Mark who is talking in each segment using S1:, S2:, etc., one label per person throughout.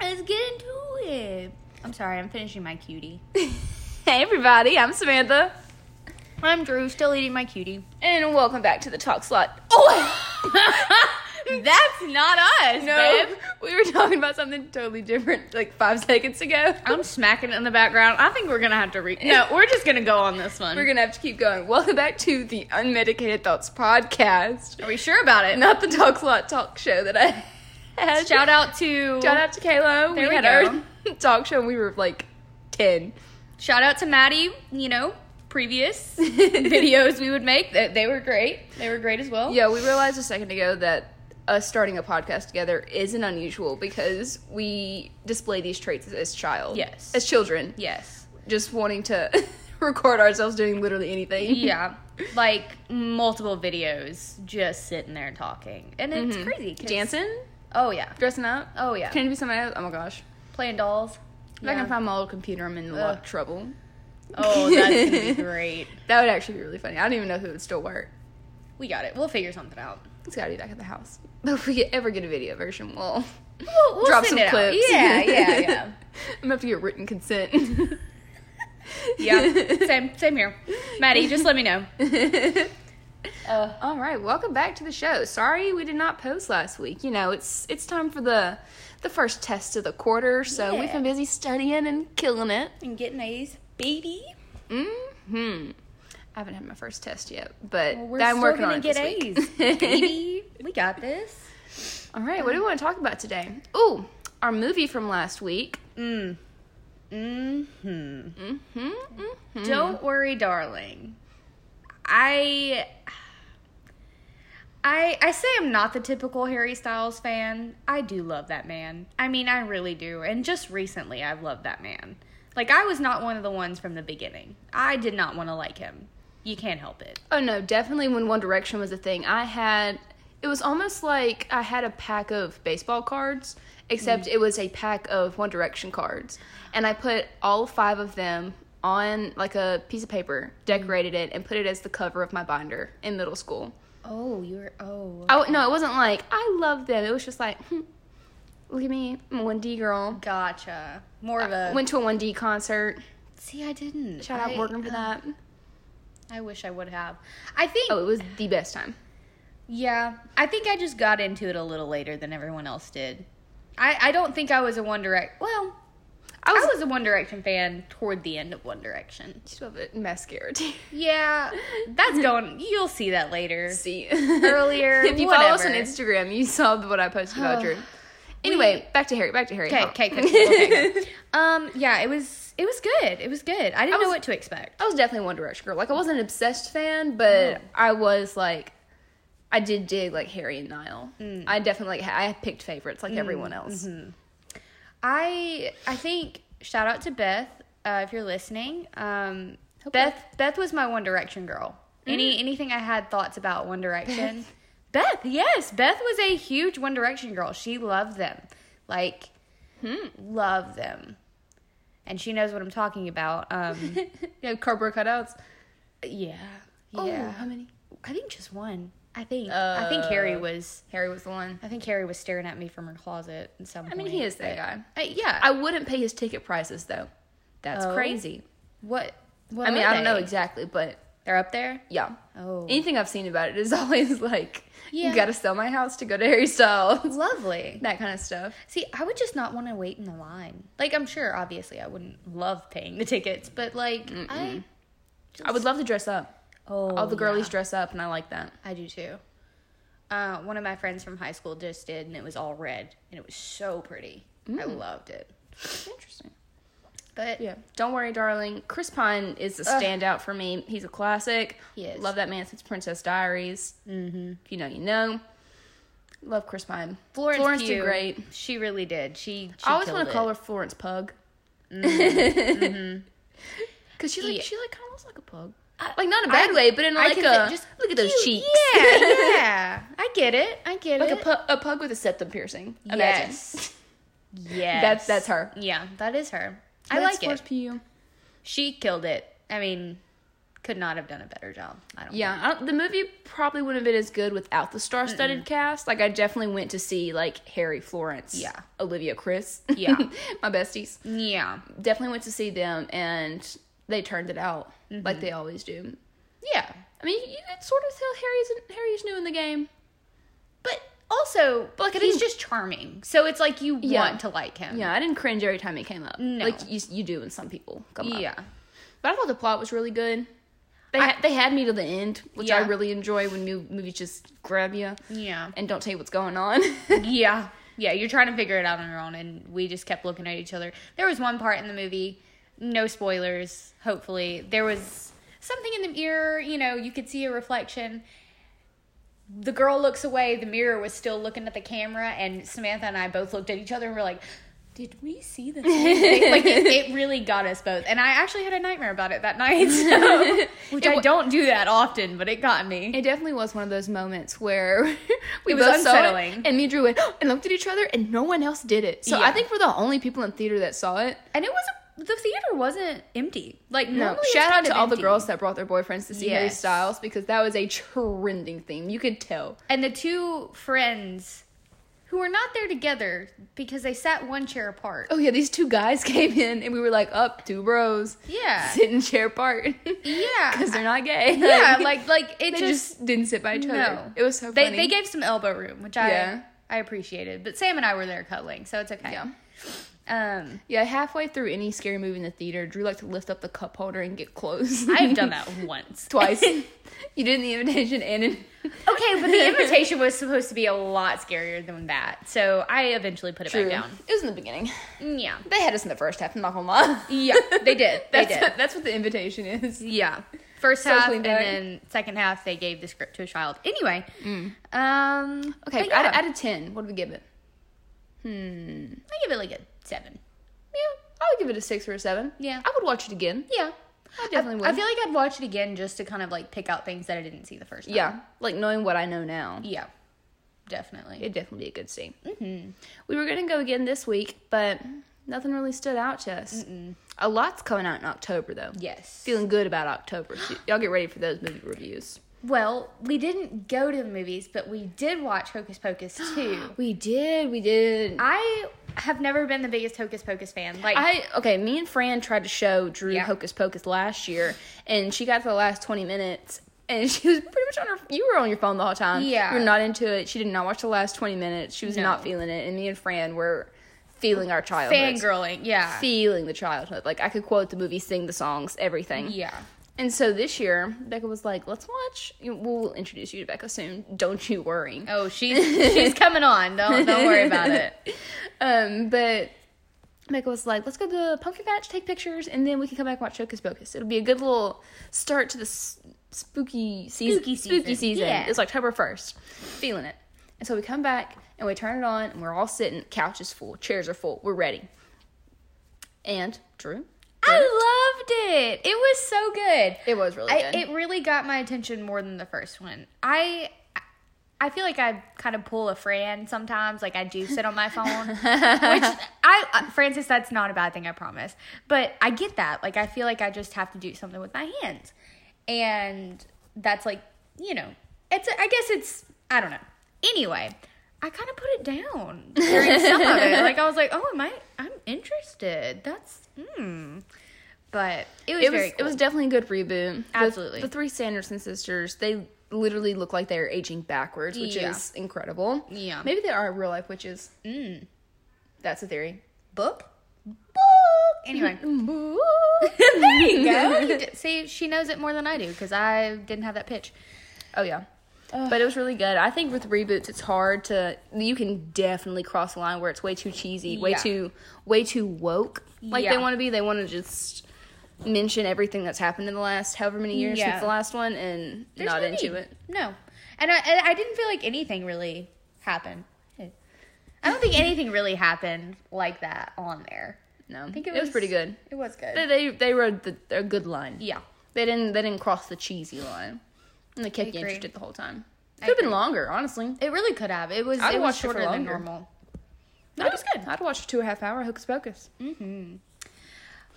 S1: let's get into it. I'm sorry, I'm finishing my cutie.
S2: hey everybody, I'm Samantha.
S1: I'm Drew, still eating my cutie.
S2: And welcome back to the Talk Slot. Oh
S1: That's not us,
S2: no,
S1: babe.
S2: we were talking about something totally different like five seconds ago.
S1: I'm smacking it in the background. I think we're gonna have to re. No, we're just gonna go on this one.
S2: We're gonna have to keep going. Welcome back to the Unmedicated Thoughts podcast.
S1: Are we sure about it?
S2: Not the Talk Slot talk show that I had.
S1: Shout out to
S2: Shout out to Kayla.
S1: There
S2: we
S1: we
S2: had
S1: go.
S2: our talk show when we were like 10.
S1: shout out to Maddie. You know, previous videos we would make they, they were great. They were great as well.
S2: Yeah, we realized a second ago that us starting a podcast together isn't unusual because we display these traits as, as child.
S1: Yes.
S2: As children.
S1: Yes.
S2: Just wanting to record ourselves doing literally anything.
S1: Yeah. Like multiple videos, just sitting there talking, and it's crazy. 'cause-
S2: Mm-hmm. Dancing,
S1: Oh yeah.
S2: dressing up,
S1: Oh yeah.
S2: pretending to be somebody else. Oh my gosh.
S1: Playing dolls.
S2: If I can find my old computer, I'm in a lot of trouble.
S1: Oh, that's gonna be great.
S2: That would actually be really funny. I don't even know who would still work.
S1: We got it. We'll figure something out.
S2: It's gotta be back at the house. But if we ever get a video version, we'll,
S1: We'll, we'll
S2: drop
S1: send
S2: some
S1: it out.
S2: clips.
S1: Yeah, yeah, yeah.
S2: I'm gonna have to get written consent.
S1: Yeah, same, same here. Maddie, just let me know. Uh,
S2: All right, welcome back to the show. Sorry we did not post last week. You know, it's it's time for the the first test of the quarter, so
S1: Yeah.
S2: we've been busy studying and killing it.
S1: and getting A's, baby.
S2: Mhm. I haven't had my first test yet, but
S1: Mm-hmm. Well, we're
S2: I'm
S1: still
S2: working
S1: gonna
S2: on it
S1: get
S2: this week.
S1: A's, baby. We got this.
S2: All right, what do we want to talk about today? Ooh, our movie from last week.
S1: Mm. Mm-hmm.
S2: Mhm. mhm.
S1: Don't worry, darling. I. I, I say I'm not the typical Harry Styles fan. I do love that man. I mean, I really do. And just recently, I've loved that man. Like, I was not one of the ones from the beginning. I did not want to like him. You can't help it.
S2: Oh no, definitely when One Direction was a thing, I had it was almost like I had a pack of baseball cards, except
S1: Mm-hmm.
S2: it was a pack of One Direction cards. And I put all five of them on like a piece of paper, decorated it, and put it as the cover of my binder in middle school.
S1: Oh, you're. Oh.
S2: I w no, it wasn't like I love them. It was just like, hmm, look at me, I'm a 1D girl.
S1: Gotcha. More of a.
S2: Went to a 1D concert.
S1: see, I didn't.
S2: Uh, Shout out
S1: I,
S2: working for that.
S1: I wish I would have. I think.
S2: Oh, it was the best time.
S1: Yeah, I think I just got into it a little later than everyone else did. I, I don't think I was a One Direct. Well, I was, a One Direction fan toward the end of One Direction.
S2: Just love it. Mascara. too.
S1: Yeah, that's going. You'll see that later.
S2: see
S1: Earlier,
S2: if you follow us on
S1: whatever.
S2: Instagram, you saw what I posted about Drew. Anyway, back to Harry. Back to Harry.
S1: Okay, okay, okay, okay, okay. Um, yeah, it was it was good. It was good. I didn't know
S2: was-
S1: what to expect.
S2: I was definitely a One Direction girl. Like I wasn't an obsessed fan, but I was like, I did dig like Harry and Niall. I definitely like I picked favorites like everyone else.
S1: I I think shout out to Beth uh, if you're listening. Um, Beth Beth was my One Direction girl.
S2: Mm.
S1: Any anything I had thoughts about One Direction, Beth. yes, Beth was a huge One Direction girl. She loved them, like
S2: Hmm.
S1: loved them, and she knows what I'm talking about. Um,
S2: You have cardboard cutouts.
S1: yeah,
S2: Ooh,
S1: yeah.
S2: how many?
S1: I think just one. I think I
S2: Uh,
S1: think Harry was.
S2: Harry was the one.
S1: I think Harry was staring at me from her closet at some.
S2: I mean, he is that guy.
S1: yeah.
S2: I wouldn't pay his ticket prices though. That's
S1: Oh.
S2: crazy.
S1: what? what
S2: I mean,
S1: are
S2: I don't know
S1: they?
S2: exactly, but
S1: They're up there.
S2: yeah.
S1: Oh,
S2: Anything I've seen about it is always like,
S1: Yeah.
S2: you gotta sell my house to go to Harry Styles.
S1: lovely.
S2: that kind of stuff.
S1: See, I would just not want to wait in the line. Like, I'm sure, obviously, I wouldn't love paying the tickets, but like, I.
S2: I would love to dress up.
S1: Oh,
S2: All the girlies
S1: yeah.
S2: dress up, and I like that.
S1: I do too. Uh, one of my friends from high school just did, and it was all red, and it was so pretty. I loved it.
S2: Interesting.
S1: But
S2: Yeah. Don't worry, darling. Chris Pine is a standout for me. He's a classic.
S1: He is.
S2: Love that man since Princess Diaries. Mm-hmm. If you know, you know. Love Chris Pine.
S1: Florence,
S2: Florence
S1: Pugh,
S2: did great.
S1: She really did. She. she
S2: I always
S1: want to
S2: call her Florence Pug. Because she like
S1: Yeah.
S2: she like kind of looks like a pug. Like not in a bad way, but in
S1: I
S2: like
S1: can
S2: a
S1: fit- just
S2: look at those cheeks.
S1: Yeah, yeah. I get it. I get
S2: Like
S1: it.
S2: a, pu- a pug with a septum piercing. Imagine.
S1: yes. Yes.
S2: That's that's her.
S1: Yeah, that is her. I
S2: That's
S1: like it.
S2: Florence Pugh.
S1: She killed it. I mean, could not have done a better job. I don't.
S2: Yeah, I don't, the movie probably wouldn't have been as good without the star-studded cast. Like I definitely went to see like Harry Florence,
S1: Yeah.
S2: Olivia, Chris,
S1: Yeah.
S2: my besties.
S1: Think. Yeah.
S2: Definitely went to see them, and they turned it out like they always do.
S1: Yeah.
S2: I mean, you could sort of tell Harry's Harry's new in the game.
S1: But also,
S2: But, like, I
S1: he's
S2: didn't-
S1: just charming. So it's like you
S2: Yeah.
S1: want to like him.
S2: Yeah, I didn't cringe every time he came up.
S1: No.
S2: like you you do when some people come up.
S1: Yeah.
S2: But I thought the plot was really good. They,
S1: I-
S2: had, they had me to the end, which I
S1: Yeah.
S2: really enjoy when new movies just grab you
S1: Yeah.
S2: and don't tell you what's going on.
S1: yeah. Yeah, you're trying to figure it out on your own, and we just kept looking at each other. There was one part in the movie, no spoilers, hopefully. There was something in the mirror, you know, you could see a reflection. The girl looks away, the mirror was still looking at the camera, and Samantha and I both looked at each other and were like, Did we see the same thing? like, it, it really got us both. And I actually had a nightmare about it that night, so, which I don't do that often, but it got me.
S2: it definitely was one of those moments where we
S1: It was
S2: both saw it,
S1: unsettling.
S2: and me and Drew went and looked at each other, and no one else did it. So
S1: Yeah.
S2: I think we're the only people in theater that saw it.
S1: And it was the theater wasn't empty. Like
S2: No,
S1: normally it's
S2: shout out
S1: kind
S2: to
S1: of
S2: all the
S1: empty.
S2: girls that brought their boyfriends to see Harry
S1: Yes.
S2: Styles because that was a trending theme. You could tell.
S1: And the two friends who were not there together because they sat one chair apart.
S2: Oh yeah, these two guys came in, and we were like, "Up, two bros,
S1: Yeah.
S2: sitting chair apart." because
S1: Yeah.
S2: they're not gay.
S1: Yeah, like like it
S2: they
S1: just,
S2: just, didn't sit by each other.
S1: no.
S2: It was so
S1: they
S2: funny.
S1: they gave some elbow room, which
S2: Yeah.
S1: I I appreciated. But Sam and I were there cuddling, so it's okay.
S2: Yeah.
S1: Um
S2: yeah, halfway through any scary movie in the theater, Drew liked to lift up the cup holder and get close.
S1: I've done that once.
S2: twice. you did in the invitation and in
S1: Okay, but the invitation was supposed to be a lot scarier than that. So I eventually put it
S2: Drew.
S1: back
S2: It was in the beginning.
S1: down. Yeah.
S2: They had us in the first half. I'm not gonna lie.
S1: Yeah, they did. They
S2: That's
S1: did.
S2: that's what the invitation is.
S1: Yeah. First
S2: So
S1: half and
S2: cleaned up.
S1: then second half they gave the script to a child. Anyway. Um
S2: Mm. Okay,
S1: but yeah,
S2: out, of, out of ten, what do we give it?
S1: I give it like a seven.
S2: Yeah, I would give it a six or a seven.
S1: Yeah.
S2: I would watch it again.
S1: Yeah.
S2: I definitely
S1: I
S2: would.
S1: feel like I'd watch it again just to kind of like pick out things that I didn't see the first time.
S2: yeah, like knowing what I know now.
S1: Yeah. Definitely.
S2: It'd definitely be a good scene. Mm-hmm. We were going to go again this week, but nothing really stood out to us. A lot's coming out in October, though.
S1: yes.
S2: Feeling good about October. So y'all get ready for those movie reviews.
S1: well, we didn't go to the movies, but we did watch Hocus Pocus 2.
S2: We did. We did. I,
S1: I have never been the biggest Hocus Pocus fan. Like
S2: okay. Me and Fran tried to show Drew
S1: Yeah.
S2: Hocus Pocus last year, and she got to the last twenty minutes, and she was pretty much on her. You were on your phone the whole time.
S1: Yeah.
S2: you were not into it. She did not watch the last twenty minutes. She was
S1: No.
S2: not feeling it, and me and Fran were feeling our childhood.
S1: fangirling. Yeah.
S2: feeling the childhood. Like I could quote the movie, sing the songs, everything.
S1: yeah.
S2: And so this year, Becca was like, "Let's watch. We'll introduce you to Becca soon. Don't you worry."
S1: Oh, she's she's coming on. Don't don't worry about it.
S2: Um, but Becca was like, "Let's go to pumpkin patch, take pictures, and then we can come back and watch Hocus Pocus. It'll be a good little start to the s- spooky season.
S1: Spooky
S2: Spooky
S1: season.
S2: season.
S1: Yeah.
S2: It's October first. Feeling it. And so we come back and we turn it on, and we're all sitting. Couch is full. Chairs are full. We're ready. And Drew,
S1: I loved it. It was so good.
S2: it was really
S1: I,
S2: good.
S1: it really got my attention more than the first one. I I feel like I kind of pull a Fran sometimes. Like I do sit on my phone, which I uh, Francis, that's not a bad thing. I promise. But I get that. Like I feel like I just have to do something with my hands, and that's like you know, it's I guess it's I don't know. Anyway. I kind of put it down during some of it. Like I was like, "Oh, am I? I'm interested. That's hmm." But it was
S2: it was
S1: very cool.
S2: it was definitely a good reboot. The-
S1: Absolutely.
S2: the, three Sanderson sisters they literally look like they're aging backwards, which
S1: Yeah.
S2: is incredible.
S1: Yeah.
S2: maybe they are real life witches. Mm. That's a theory.
S1: book. Anyway,
S2: there you
S1: go. You did- See, she knows it more than I do because I didn't have that pitch.
S2: Oh yeah. But it was really good. I think with reboots, it's hard to. You can definitely cross the line where it's way too cheesy, way
S1: Yeah.
S2: too, way too woke. Like
S1: Yeah.
S2: they want to be. They want to just mention everything that's happened in the last however many years
S1: Yeah.
S2: since the last one, and
S1: There's
S2: not
S1: no
S2: into
S1: need.
S2: it.
S1: No, and I, and I didn't feel like anything really happened. I don't think anything really happened like that on there.
S2: No,
S1: I think it,
S2: was, pretty good.
S1: It was good.
S2: They they, they rode the, a good line.
S1: yeah,
S2: They didn't they didn't cross the cheesy line, and they kept you
S1: agree.
S2: interested the whole time.
S1: I
S2: Could have been
S1: agree.
S2: longer, honestly.
S1: it really could have. It was.
S2: I'd
S1: It was
S2: watch it for
S1: shorter than
S2: longer.
S1: normal. Mm-hmm.
S2: No, it was good. I'd watch a two and a half hour Hocus Pocus.
S1: Um,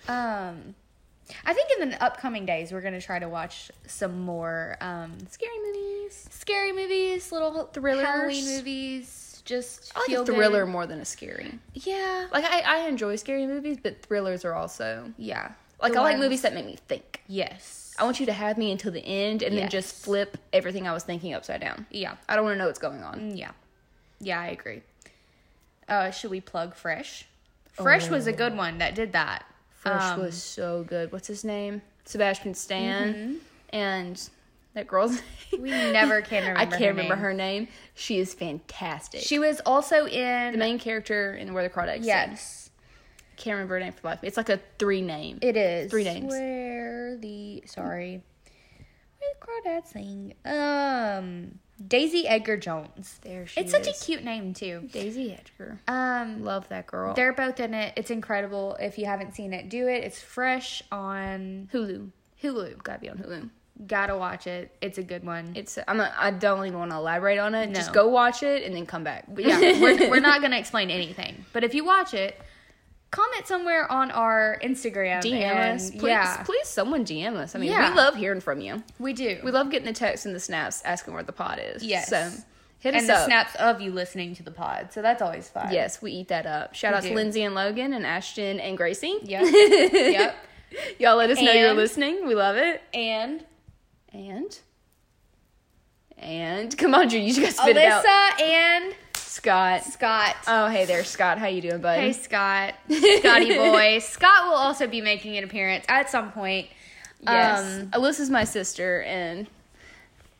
S1: I think in the upcoming days we're gonna try to watch some more um,
S2: Scary movies.
S1: scary movies, little
S2: Thrillers.
S1: Halloween movies. Just
S2: I like
S1: feel
S2: a
S1: good.
S2: thriller more than a scary.
S1: Yeah,
S2: Like I, I enjoy scary movies, but thrillers are also
S1: yeah.
S2: like
S1: The
S2: I like
S1: ones-
S2: movies that make me think.
S1: Yes.
S2: I want you to have me until the end and then just
S1: Yes.
S2: flip everything I was thinking upside down.
S1: Yeah.
S2: I don't want to know what's going on.
S1: Yeah. Yeah, I agree. Uh, should we plug Fresh? Fresh was a good one that did that.
S2: Oh, Fresh
S1: Um,
S2: was so good. What's his name? Sebastian Stan and that girl's
S1: Mm-hmm. We never can remember.
S2: I can't
S1: her
S2: remember
S1: name.
S2: her name. She is fantastic.
S1: She was also in.
S2: the main character in Where the Crawdads Sing.
S1: yes,
S2: Can't remember her name for life. It's like a three name.
S1: it is
S2: Three names.
S1: Where the sorry, where the crawdads sing. Um, Daisy Edgar Jones.
S2: There she
S1: It's such a
S2: is.
S1: cute name too.
S2: Daisy Edgar.
S1: Um,
S2: Love that girl.
S1: they're both in it. It's incredible. If you haven't seen it, do it. It's fresh on
S2: Hulu.
S1: Hulu.
S2: Gotta be on Hulu.
S1: Gotta watch it. It's a good one.
S2: It's I'm not, I don't even want to elaborate on it. Just
S1: No.
S2: go watch it and then come back.
S1: But yeah, we're, we're not going to explain anything. But if you watch it, comment somewhere on our Instagram.
S2: DM
S1: and-
S2: us, please.
S1: Yeah,
S2: Please, someone DM us. I mean,
S1: Yeah.
S2: we love hearing from you.
S1: we do.
S2: We love getting the texts and the snaps asking where the pod is.
S1: Yes.
S2: So hit
S1: and
S2: us
S1: the
S2: up.
S1: snaps of you listening to the pod. So that's always fun.
S2: Yes, we eat that up. Shout
S1: We
S2: out to
S1: do.
S2: Lindsay and Logan and Ashton and Gracie.
S1: Yep. yep.
S2: Y'all let us know you're
S1: And-
S2: listening. We love it.
S1: And
S2: And and come on, Drew, you just got spit it out.
S1: Alyssa and
S2: Scott.
S1: Scott.
S2: Oh, hey there, Scott. How you doing, bud?
S1: Hey Scott, Scotty boy. Scott will also be making an appearance at some point.
S2: Yes.
S1: Um,
S2: Alyssa's my sister, and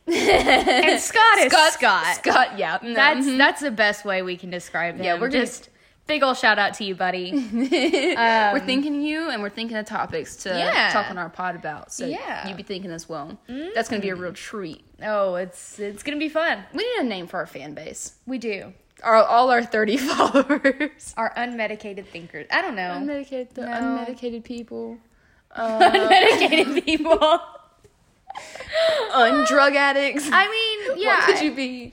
S1: and Scott is Scott.
S2: Scott, yeah. No.
S1: That's that's the best way we can describe him.
S2: Yeah, we're gonna-
S1: just big ool shout out to you, buddy. Um,
S2: we're thinking you, and we're thinking of topics to
S1: Yeah.
S2: talk on our pod about. So
S1: Yeah. Mm-hmm.
S2: you be thinking as well. That's gonna be a real treat.
S1: Oh, it's it's gonna be fun.
S2: We need a name for our fan base.
S1: We do
S2: Our, all our thirty followers.
S1: our unmedicated thinkers. I don't know
S2: Unmedicated, the
S1: No.
S2: unmedicated people.
S1: unmedicated people.
S2: Undrug addicts.
S1: I mean, yeah,
S2: What could you be?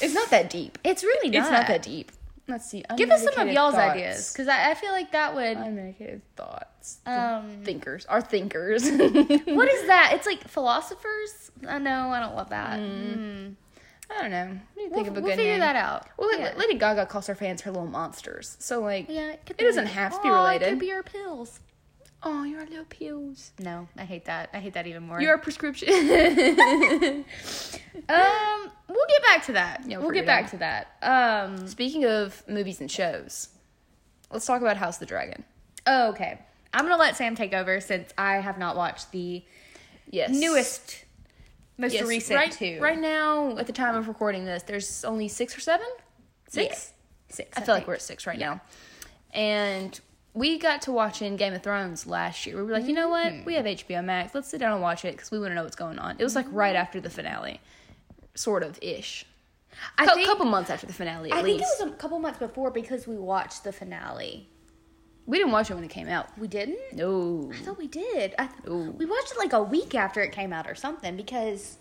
S2: It's not that deep.
S1: it's really not.
S2: It's not that deep. Let's see.
S1: Give us some of
S2: unmedicated
S1: y'all's
S2: thoughts.
S1: ideas because I, I feel like that would.
S2: Unmedicated thoughts.
S1: Um,
S2: thinkers. Our thinkers.
S1: what is that? It's like philosophers. I know I don't love that.
S2: I don't know. What do
S1: We'll,
S2: you Mm. think of a
S1: we'll
S2: good
S1: figure
S2: name?
S1: that out.
S2: Well, like,
S1: yeah.
S2: Lady Gaga calls her fans her little monsters. So like,
S1: Yeah, it, could
S2: It doesn't have to be
S1: Aw, It
S2: related.
S1: could be our pills.
S2: oh, you're little pills.
S1: No, I hate that. I hate that even more.
S2: You're a prescription.
S1: um, we'll get back to that.
S2: Yeah, we'll
S1: we'll,
S2: figure
S1: get
S2: it
S1: back to that. Um,
S2: Speaking of movies and shows, let's talk about House of the Dragon.
S1: oh, okay. I'm gonna let Sam take over since I have not watched the
S2: Yes,
S1: newest, most
S2: Yes.
S1: recent
S2: right,
S1: two.
S2: Right now, at the time of recording this, there's only six or seven. Six.
S1: Six.
S2: I feel like we're at six right now. And we got to watching Game of Thrones last year. We were like, you know what?
S1: Mm-hmm.
S2: We have HBO Max. Let's sit down and watch it because we want to know what's going on. It was like right after the finale, sort of ish.
S1: I
S2: A
S1: think-
S2: couple months after the finale, at
S1: I
S2: least.
S1: think it was a couple months before because we watched the finale.
S2: we didn't watch it when it came out.
S1: We didn't.
S2: No.
S1: I thought we did. I th-
S2: Ooh.
S1: we watched it like a week after it came out or something because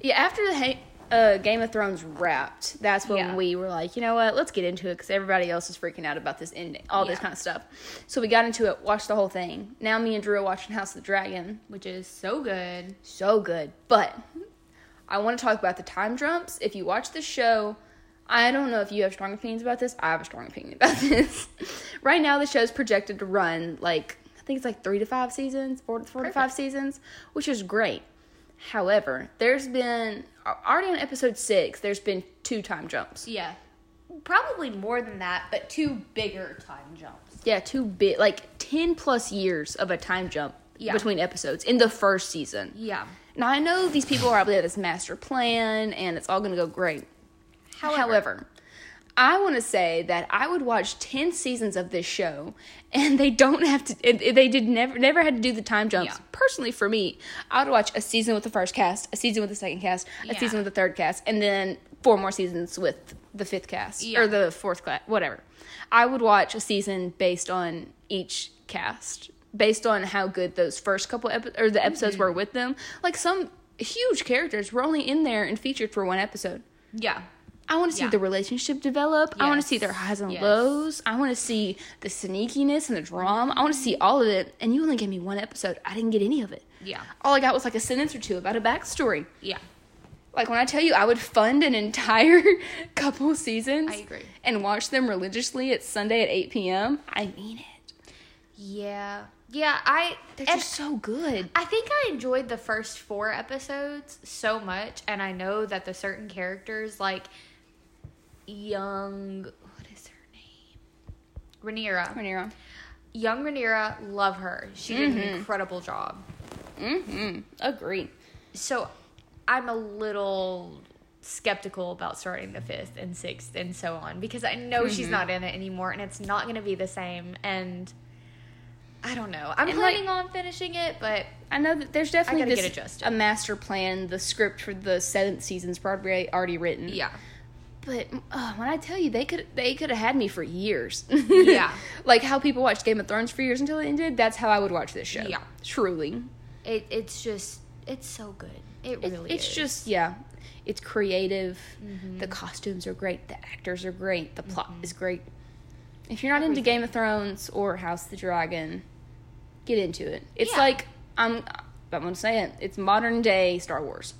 S2: Yeah, after the ha- uh, Game of Thrones wrapped, that's when
S1: Yeah.
S2: we were like, you know what? Let's get into it because everybody else is freaking out about this ending, all this
S1: Yeah.
S2: kind of stuff. So we got into it, watched the whole thing. Now me and Drew are watching House of the Dragon.
S1: which is so good.
S2: so good. But I want to talk about the time jumps. If you watch the show, I don't know if you have strong opinions about this. I have a strong opinion about this. right now, the show's projected to run like I think it's like three to five seasons, four, four to five seasons, which is great. However, there's been already on episode six. There's been two time jumps.
S1: Yeah, probably more than that, but two bigger time jumps.
S2: Yeah, two bit like ten plus years of a time jump
S1: Yeah.
S2: between episodes in the first season.
S1: Yeah.
S2: Now I know these people are probably have this master plan and it's all going to go great. However, I want to say that I would watch 10 seasons of this show and they don't have to and they did never never had to do the time jumps.
S1: Yeah.
S2: Personally for me, I would watch a season with the first cast, a season with the second cast, a
S1: Yeah.
S2: season with the third cast and then four more seasons with the fifth cast
S1: Yeah.
S2: or the fourth class, whatever. I would watch a season based on each cast, based on how good those first couple epi- or the episodes
S1: Mm-hmm.
S2: were with them. Like some huge characters were only in there and featured for one episode.
S1: Yeah.
S2: I want to see
S1: Yeah.
S2: the relationship develop. I want to see their
S1: Yes.
S2: highs and
S1: Yes.
S2: lows. I want to see the sneakiness and the drama. I want to see all of it. And you only gave me one episode. I didn't get any of it.
S1: Yeah.
S2: All I got was like a sentence or two about a backstory.
S1: Yeah.
S2: Like when I tell you I would fund an entire couple seasons
S1: I agree.
S2: and watch them religiously at Sunday at 8 p.m., I mean it.
S3: Yeah. Yeah, I
S2: They're
S3: and
S2: just so good.
S3: I think I enjoyed the first 4 episodes so much and I know that the certain characters like young what is her name? Rhaenyra.
S2: Rhaenyra.
S3: Young Rhaenyra, love her. She did an incredible job.
S2: Mm-hmm. Agree.
S3: So I'm a little skeptical about starting the fifth and sixth and so on because I know she's
S2: Mm-hmm.
S3: not in it anymore and it's not going to be the same. And I don't know. I'm
S2: And, like-
S3: planning on finishing it, but
S2: I know that there's definitely
S3: gotta
S2: this,
S3: get adjusted.
S2: a master plan. The script for the seventh season's probably already written.
S1: Yeah.
S2: But uh, when I tell you, they could they could have had me for years.
S1: Yeah.
S2: like how people watched Game of Thrones for years until it ended. That's how I would watch this show.
S1: Yeah.
S2: Truly.
S3: it, it's just, it's so good. It
S2: It-
S3: really
S2: it's
S3: is.
S2: just yeah it's creative
S1: Mm-hmm.
S2: the costumes are great the actors are great the plot is great if you're not into game of thrones or house of the dragon get into it it's
S3: Yeah.
S2: like i'm i'm gonna say it it's modern day star wars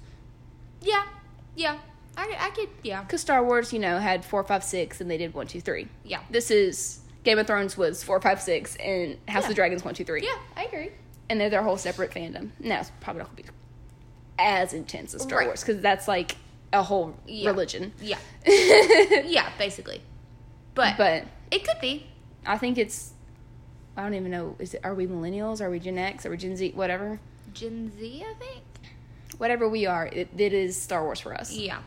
S1: Yeah. Yeah. I, I could. Yeah.
S2: because star wars you know had four five six and they did one two three
S1: Yeah.
S2: this is game of thrones was four five six and house of the
S1: Yeah.
S2: dragons one two three
S1: Yeah. I agree.
S2: and they're their whole separate fandom. Now it's probably not gonna be as intense as Star
S1: Right.
S2: Wars because that's like a whole
S1: Yeah.
S2: religion.
S1: Yeah. yeah. Basically. But,
S2: But
S1: it could be.
S2: I think it's I don't even know is it are we millennials? Are we Gen X? Are we Gen Z? Whatever,
S1: Gen Z, I think.
S2: whatever we are, it, it is Star Wars for us.
S1: Yeah.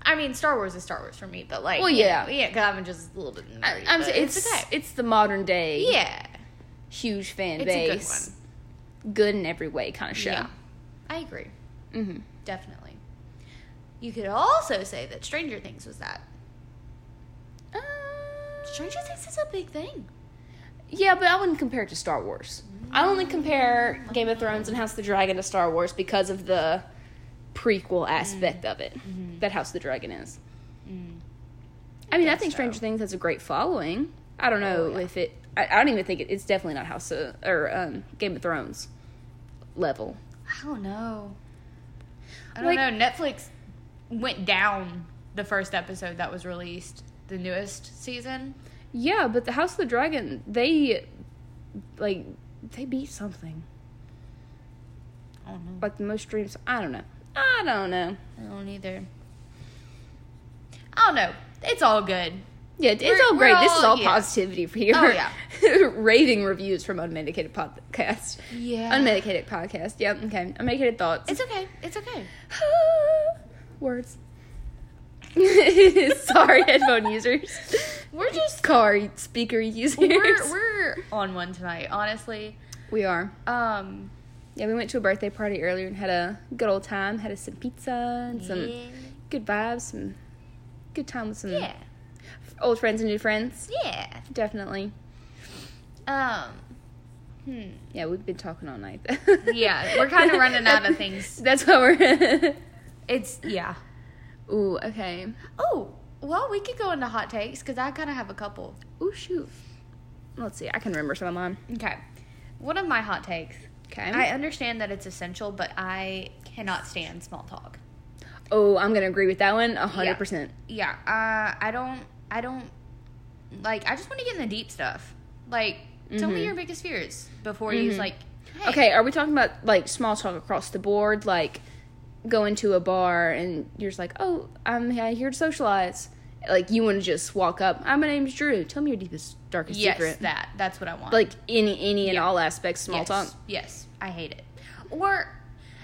S1: I mean, Star Wars is Star Wars for me, but like,
S2: Well,
S1: you
S2: yeah.
S1: know, yeah, because I'm just a little bit.
S2: I,
S1: Nerdy,
S2: am
S1: but
S2: it's
S1: it's okay.
S2: it's the modern day
S1: Yeah,
S2: huge fan
S1: it's a good
S2: base,
S1: one.
S2: good, in every way kind of show.
S1: Yeah, I agree,
S2: Mm-hmm.
S1: definitely. You could also say that Stranger Things was that.
S2: Uh,
S1: Stranger Things is a big thing.
S2: Yeah, but I wouldn't compare it to Star Wars. I only compare Game of Thrones and House of the Dragon to Star Wars because of the prequel aspect
S1: Mm.
S2: of it
S1: Mm-hmm.
S2: that House of the Dragon is. Mm. I mean, I think Stranger Things has a great following. I don't know if it. I, I don't even think it, it's definitely not House of or um, Game of Thrones level.
S1: I don't know.
S3: I don't
S2: like-
S3: know. Netflix went down the first episode that was released, the newest season.
S2: Yeah, but the House of the Dragon, they like they beat something.
S1: I don't know.
S2: Like the most streams. I don't know. I don't know.
S1: I don't either. I don't know. It's all good.
S2: Yeah, it's
S1: We're-
S2: all
S1: we're
S2: great. this is
S1: all-
S2: all
S1: yeah.
S2: positivity for your
S1: Oh, yeah.
S2: raving reviews from Unmedicated Podcast.
S1: Yeah.
S2: Unmedicated Podcast. Yep, okay. Unmedicated Thoughts.
S1: It's okay. It's okay.
S2: Words. Sorry, headphone users.
S1: We're just
S2: Car speaker users.
S1: we're we're on one tonight, honestly.
S2: We are.
S1: Um
S2: Yeah, we went to a birthday party earlier and had a good old time. Had us some pizza and some hmm. good vibes, some good time with some
S1: Yeah.
S2: old friends and new friends.
S1: Yeah.
S2: Definitely.
S1: Um hmm.
S2: Yeah, we've been talking all night.
S1: Yeah, we're kinda running out of things.
S2: That's why we're.
S1: It's yeah.
S2: Ooh, okay.
S1: Oh, well, we could go into hot takes cuz I kind of have a couple.
S2: Ooh, shoot. Let's see. I can remember some of mine.
S1: Okay. One of my hot takes.
S2: Okay.
S1: I uh, understand that it's essential, but I cannot stand small talk.
S2: oh, I'm gonna agree with that one a hundred
S1: Yeah.
S2: percent.
S1: Yeah, uh, I don't. I don't. Like, I just want to get in the deep stuff. Like, tell me
S2: Mhm.
S1: your biggest fears before you like. Hey,
S2: Okay, are we talking about like small talk across the board, like going to a bar and you're just like, oh, I'm here to socialize. Like you want to just walk up. Hi, my name's Drew. Tell me your deepest, darkest
S1: Yes,
S2: secret.
S1: that. That's what I want.
S2: like any, any and
S1: Yeah.
S2: all aspects, small
S1: yes,
S2: talk.
S1: Yes, I hate it. Or,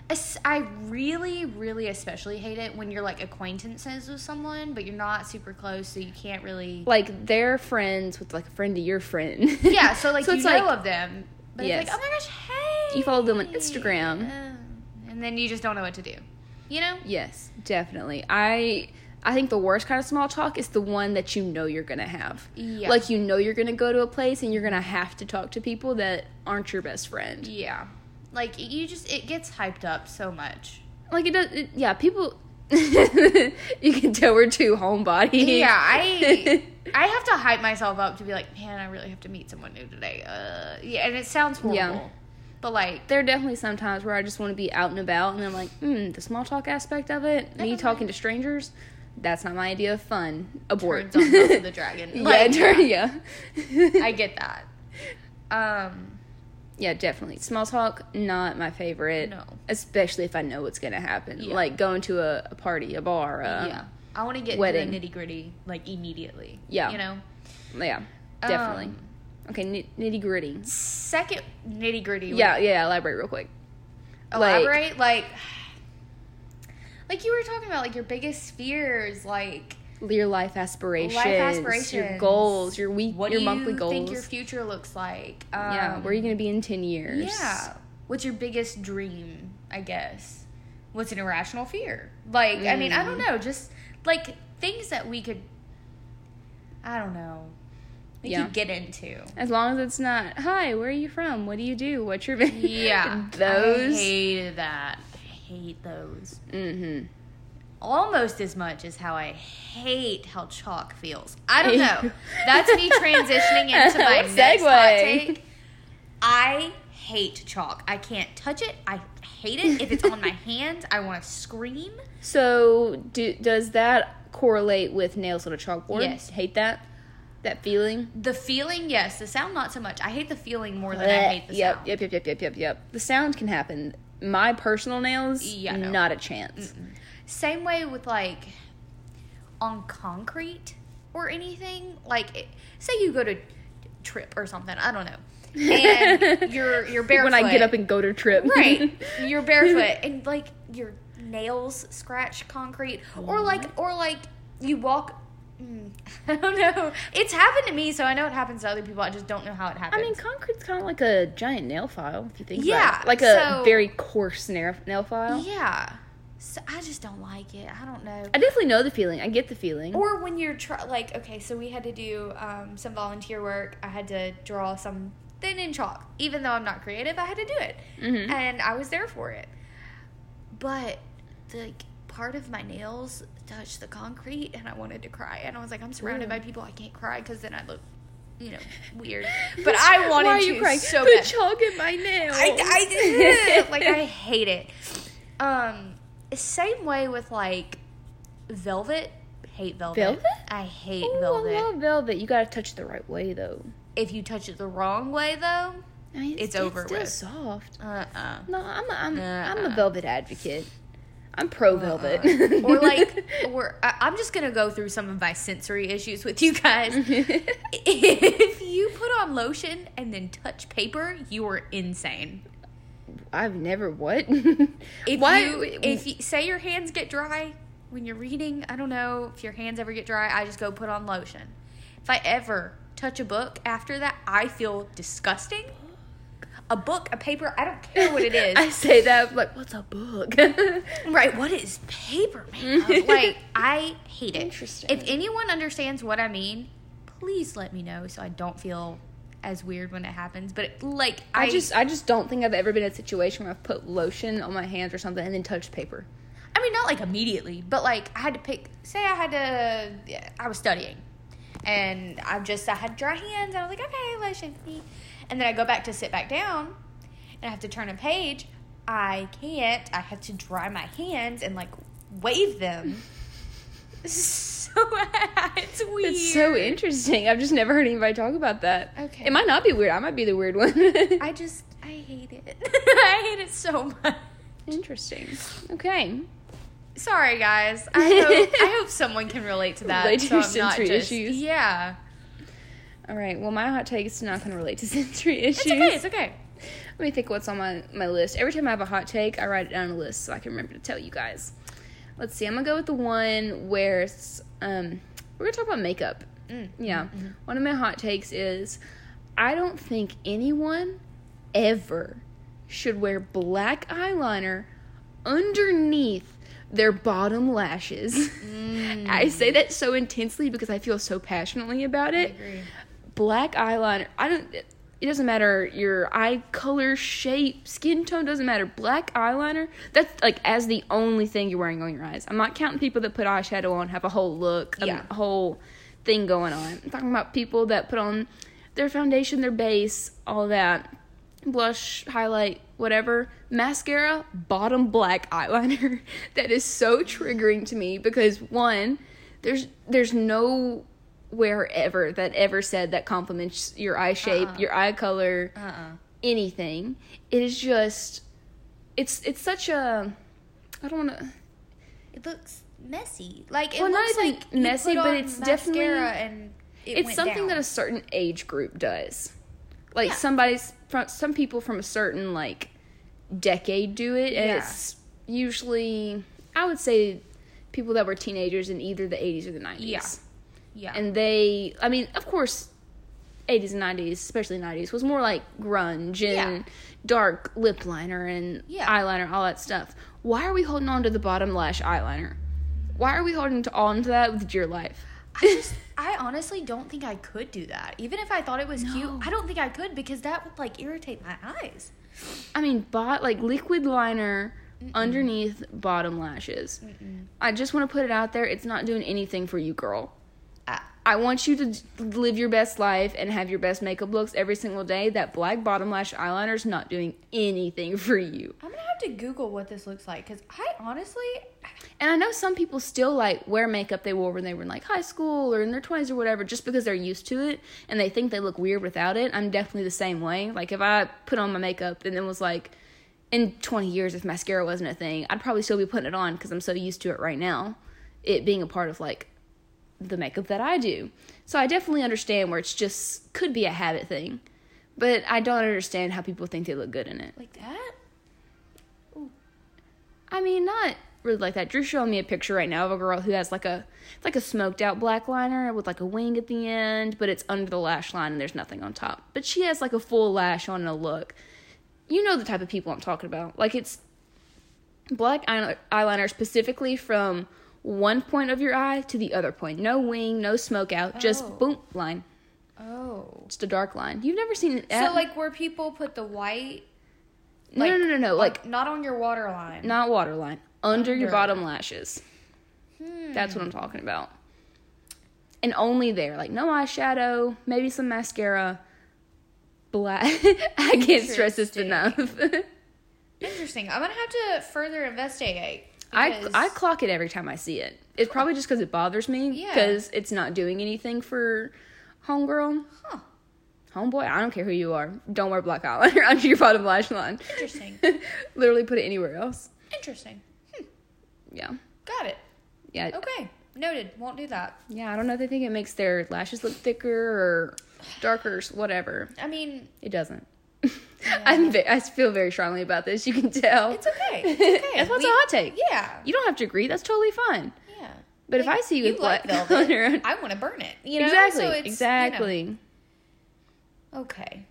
S1: es- I really, really, especially hate it when you're like acquaintances with someone, but you're not super close, so you can't really.
S2: Like they're friends with like a friend of your friend.
S1: yeah, so like you
S2: it's like
S1: know of them, but it's
S2: Yes.
S1: like, oh my gosh, hey.
S2: You follow them on Instagram.
S1: Uh, and then you just don't know what to do. You know?
S2: Yes, definitely. I I think the worst kind of small talk is the one that you know you're gonna have.
S1: Yeah.
S2: Like you know you're gonna go to a place and you're gonna have to talk to people that aren't your best friend.
S1: Yeah. Like you just it gets hyped up so much.
S2: Like it does. It, yeah, people. you can tell we're two homebodies.
S1: Yeah, I I have to hype myself up to be like, man, I really have to meet someone new today. Uh, yeah, and it sounds horrible,
S2: Yeah.
S1: but like,
S2: there are definitely some times where I just want to be out and about, and I'm like, hmm, the small talk aspect of it, me talking to strangers, that's not my idea of fun. Abort.
S1: birds on House of the dragon.
S2: yeah,
S1: Like,
S2: turn- yeah.
S1: I get that. Um,
S2: yeah, definitely. Small talk, not my favorite.
S1: No.
S2: Especially if I know what's going to happen.
S1: Yeah.
S2: Like going to a, a party, a bar. Uh,
S1: yeah, I want to get
S2: Wedding.
S1: to the nitty gritty like immediately.
S2: Yeah.
S1: you know.
S2: Yeah, definitely.
S1: Um,
S2: okay, nitty gritty.
S1: Second nitty gritty.
S2: Yeah, yeah, elaborate real quick. like-
S1: elaborate like like you were talking about like your biggest fears like
S2: Your life aspirations, your
S1: aspirations.
S2: goals, your week,
S1: what
S2: your
S1: do
S2: monthly
S1: you
S2: goals.
S1: think your future looks like um,
S2: yeah, where are you going to be in 10 years?
S1: yeah what's your biggest dream i guess what's an irrational fear like i mean i don't
S2: Mm.
S1: know just like things that we could i don't know we
S2: Yeah.
S1: could get into
S2: As long as it's not, hi, where are you from? What do you do? What's your
S1: i
S2: those.
S1: hated that i hate those
S2: Mm-hmm.
S1: almost as much as how I hate how chalk feels. I don't know. That's me transitioning into my
S2: What
S1: next hot
S2: segue.
S1: take. I hate chalk. I can't touch it. I hate it. If it's on my hands, I want to scream.
S2: So, do, does that correlate with nails on a chalkboard?
S1: Yes.
S2: Hate that? That feeling?
S1: The feeling, yes. The sound, not so much. I hate the feeling more than I hate the
S2: yep,
S1: sound.
S2: Yep, yep, yep, yep, yep, yep. The sound can happen. My personal nails,
S1: Yeah, no.
S2: not a chance.
S1: Same way with like on concrete or anything. Like, it, say you go to trip or something. I don't know. And you're you're barefoot.
S2: When I get up and go to trip.
S1: Right. You're barefoot and like your nails scratch concrete or like or like you walk mm, I don't know. It's happened to me, so I know it happens to other people. I just don't know how it happens.
S2: I mean, concrete's kind of like a giant nail file, if you think
S1: Yeah,
S2: about it. Like a
S1: so-
S2: very coarse nail, nail file.
S1: yeah. So I just don't like it. I don't know.
S2: I definitely know the feeling. I get the feeling.
S1: Or when you're try- like, okay, so we had to do um, some volunteer work. I had to draw something in chalk. Even though I'm not creative, I had to do it,
S2: Mhm.
S1: and I was there for it. But the part of my nails touched the concrete, and I wanted to cry. And I was like, I'm surrounded by people. I can't cry because then I look, you know, weird. But I wanted
S2: Why are
S1: to
S2: you crying?
S1: so
S2: Put
S1: bad.
S2: chalk in my nail.
S1: I, I did like I hate it. Um, same way with like velvet. Hate velvet.
S2: Velvet?
S1: I hate
S2: Ooh,
S1: velvet.
S2: I love velvet. You gotta touch it the right way though.
S1: if you touch it the wrong way, though,
S2: I mean,
S1: It's over
S2: still
S1: with.
S2: soft.
S1: uh uh
S2: No, I'm a, I'm, I'm a
S1: Uh-uh.
S2: velvet advocate. I'm pro velvet.
S1: or like, or I, I'm just gonna go through some of my sensory issues with you guys. if you put on lotion and then touch paper, you are insane.
S2: I've never what?
S1: If
S2: Why?
S1: you if you, say your hands get dry when you're reading, I don't know if your hands ever get dry. I just go put on lotion. If I ever touch a book after that, I feel disgusting. A book, a paper, I don't care what it is.
S2: I say that like, what's a book?
S1: right, what is paper, man? I was like I hate it.
S2: Interesting.
S1: If anyone understands what I mean, please let me know so I don't feel as weird when it happens. But like I,
S2: I just I just don't think I've ever been in a situation where I've put lotion on my hands or something and then touched paper.
S1: I mean, not like immediately, but like I had to pick. Say I had to. yeah, I was studying, and I just I had dry hands, and I was like, okay, lotion. eh. And then I go back to sit back down, and I have to turn a page. I can't. I have to dry my hands and like wave them. so it's weird.
S2: It's so interesting. I've just never heard anybody talk about that.
S1: Okay.
S2: It might not be weird. I might be the weird one.
S1: I just I hate it. I hate it so much.
S2: interesting. Okay.
S1: Sorry, guys. I hope, I hope someone can relate to that.
S2: Relate to
S1: so
S2: your
S1: I'm not
S2: sensory
S1: just,
S2: issues.
S1: Yeah.
S2: All right. Well, my hot take is not going to relate to sensory issues.
S1: It's okay. It's okay.
S2: Let me think what's on my, my list. Every time I have a hot take, I write it down on a list so I can remember to tell you guys. Let's see. I'm going to go with the one where it's, um, we're going to talk about makeup.
S1: Mm,
S2: Yeah. One of my hot takes is I don't think anyone ever should wear black eyeliner underneath their bottom lashes. I say that so intensely because I feel so passionately about it.
S1: agree.
S2: Black eyeliner. I don't It doesn't matter your eye color, shape, skin tone, doesn't matter. Black eyeliner, that's like as the only thing you're wearing on your eyes. I'm not counting people that put eyeshadow on, have a whole look, a
S1: Yeah.
S2: whole thing going on. I'm talking about people that put on their foundation, their base, all that. Blush, highlight, whatever. Mascara, bottom black eyeliner. that is so triggering to me because one, there's there's no where ever that ever said that compliments your eye shape,
S1: Uh-huh.
S2: your eye color,
S1: Uh-uh.
S2: anything. It is just it's it's such a I don't want to
S1: It looks messy. Like it
S2: Well, not
S1: looks
S2: even
S1: like you
S2: messy,
S1: put
S2: but
S1: on
S2: it's definitely-
S1: mascara and it
S2: it's
S1: went
S2: something
S1: down.
S2: that a certain age group does. Like
S1: Yeah.
S2: somebody's from some people from a certain like decade do it, and
S1: Yeah.
S2: it's usually I would say people that were teenagers in either the eighties or the nineties.
S1: Yeah. yeah.
S2: And they, I mean, of course, eighties and nineties, especially nineties, was more like grunge and dark lip liner and
S1: Yeah.
S2: eyeliner, all that stuff. Why are we holding on to the bottom lash eyeliner? Why are we holding to- on to that with your life?
S1: I just I honestly don't think I could do that. Even if I thought it was cute, I don't think I could because that would like irritate my eyes.
S2: I mean, bot like liquid liner underneath bottom lashes. I just want to put it out there. It's not doing anything for you, girl.
S1: I,
S2: I want you to d- live your best life and have your best makeup looks every single day. That black bottom lash eyeliner's not doing anything for you.
S1: I'm gonna have to Google what this looks like because I honestly,
S2: And I know some people still like wear makeup they wore when they were in like high school or in their 20s or whatever just because they're used to it and they think they look weird without it. I'm definitely the same way. Like if I put on my makeup and then was like in 20 years if mascara wasn't a thing, I'd probably still be putting it on cuz I'm so used to it right now. It being a part of like the makeup that I do. So I definitely understand where it's just could be a habit thing. But I don't understand how people think they look good in it.
S1: like that.
S2: I mean, not really like that. Drew's showing me a picture right now of a girl who has like a it's like a smoked out black liner with like a wing at the end, but it's under the lash line and there's nothing on top. But she has like a full lash on and a look. You know the type of people I'm talking about. Like it's black eyel- eyeliner specifically from one point of your eye to the other point. No wing, no smoke out,
S1: Oh.
S2: just boom line.
S1: Oh,
S2: Just a dark line. You've never seen it.
S1: so like where people put the white,
S2: no,
S1: like,
S2: no, no, no, no. Like
S1: like not on your waterline.
S2: not waterline under
S1: Under.
S2: your
S1: Hmm.
S2: bottom lashes that's what i'm talking about and only there like no eyeshadow maybe some mascara black i can't stress this enough
S1: Interesting. I'm gonna have to further investigate.
S2: I,
S1: because-
S2: I clock it every time i see it it's probably just because it bothers me
S1: Yeah.
S2: because it's not doing anything for homegirl
S1: huh.
S2: homeboy i don't care who you are don't wear black eyeliner under your bottom lash line
S1: Interesting.
S2: literally put it anywhere else
S1: Interesting. Hmm.
S2: yeah
S1: Got it.
S2: yeah
S1: Okay. Noted. Won't do that.
S2: Yeah, I don't know if they think it makes their lashes look thicker or darker, or whatever.
S1: I mean,
S2: It doesn't. I'm ve- I feel very strongly about this. You can tell.
S1: it's okay. It's okay.
S2: That's what's
S1: We-
S2: a hot take.
S1: Yeah.
S2: You don't have to agree. That's totally fine.
S1: Yeah.
S2: But if I see you with
S1: like
S2: black
S1: velvet,
S2: color-
S1: I want to burn it. You know?
S2: exactly.
S1: So it's, you know.
S2: exactly.
S1: okay.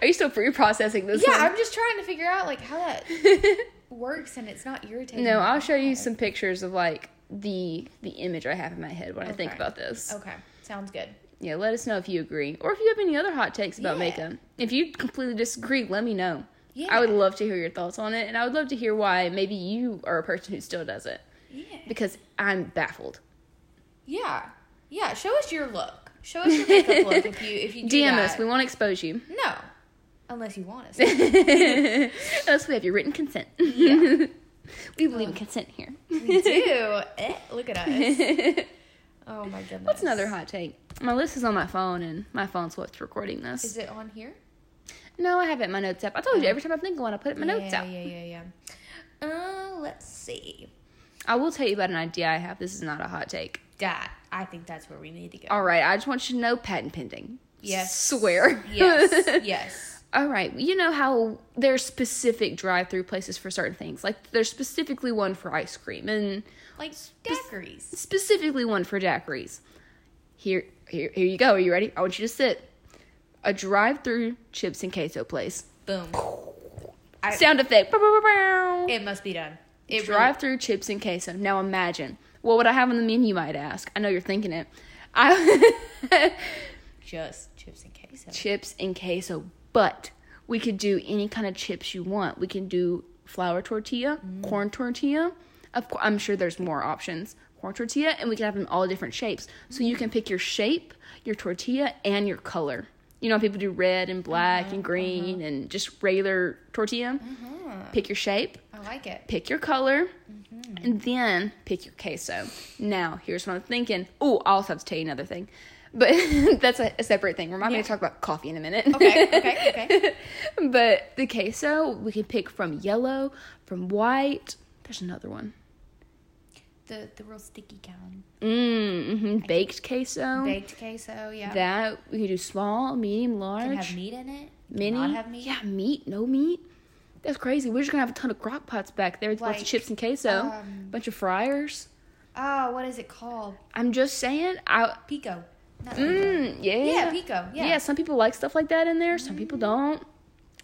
S2: Are you still pre-processing this?
S1: Yeah,
S2: one?
S1: I'm just trying to figure out like how that works and it's not irritating.
S2: no, I'll show you some pictures of like the the image I have in my head when I think
S1: Okay.
S2: about this.
S1: Okay. Sounds good.
S2: Yeah, let us know if you agree or if you have any other hot takes about
S1: Yeah.
S2: makeup. If you completely disagree, let me know.
S1: Yeah.
S2: I would love to hear your thoughts on it, and I would love to hear why maybe you are a person who still does it
S1: Yeah.
S2: because I'm baffled.
S1: Yeah. Yeah. Show us your look. Show us your makeup look if you if you do
S2: DM
S1: that.
S2: us, we want to expose you
S1: no. Unless you want us. to.
S2: unless we have your written consent. we believe in consent here.
S1: we do. Eh, look at us. Oh my goodness.
S2: What's another hot take? My list is on my phone, and my phone's what's recording this.
S1: Is it on here?
S2: no, I have it in my notes app. I told you every time I think of one, I put it in my
S1: yeah,
S2: notes app.
S1: Yeah, yeah, yeah. Uh, let's see.
S2: I will tell you about an idea I have. This is not a hot take.
S1: That I think that's where we need to go.
S2: All right, I just want you to know patent pending.
S1: Yes.
S2: Swear.
S1: Yes. yes.
S2: All right, you know how there's specific drive-through places for certain things. Like there's specifically one for ice cream and
S1: Like daiquiris.
S2: specifically one for daiquiris. Here here here you go. Are you ready? I want you to sit. A drive-through chips and queso place.
S1: Boom. I-
S2: Sound effect. Bow, bow, bow, bow.
S1: It must be done. It
S2: drive through chips and queso. Now imagine. What would I have on the menu, you might ask? I know you're thinking it. I
S1: really just chips and queso.
S2: chips and queso, but we could do any kind of chips you want. We can do flour tortilla, corn tortilla. Of course, I'm sure there's more options. Corn tortilla, and we can have them all different shapes. So you can pick your shape, your tortilla, and your color. You know, how people do red and black and green and just regular tortilla. Pick your shape,
S1: I like it.
S2: pick your color,
S1: Mm-hmm.
S2: and then pick your queso. Now, here's what I'm thinking. Oh, I also have to tell you another thing, but that's a, a separate thing. Remind me to talk about coffee in a minute.
S1: Okay, okay, okay.
S2: but the queso, we can pick from yellow, from white. There's another one.
S1: The the real sticky kind.
S2: Mm, hmm Baked queso.
S1: Mm-hmm. Baked queso, yeah.
S2: That we could do small, medium, large,
S1: Can have meat in it. Can
S2: mini.
S1: Not have meat.
S2: Yeah, meat. No meat. That's crazy. We're just gonna have a ton of crock pots back there with lots
S1: Like,
S2: of chips and queso,
S1: um,
S2: bunch of fryers.
S1: Oh, what is it called?
S2: I'm just saying. I
S1: Pico. Not
S2: mm, yeah.
S1: Yeah, pico, yeah.
S2: Some people like stuff like that in there. Some people don't.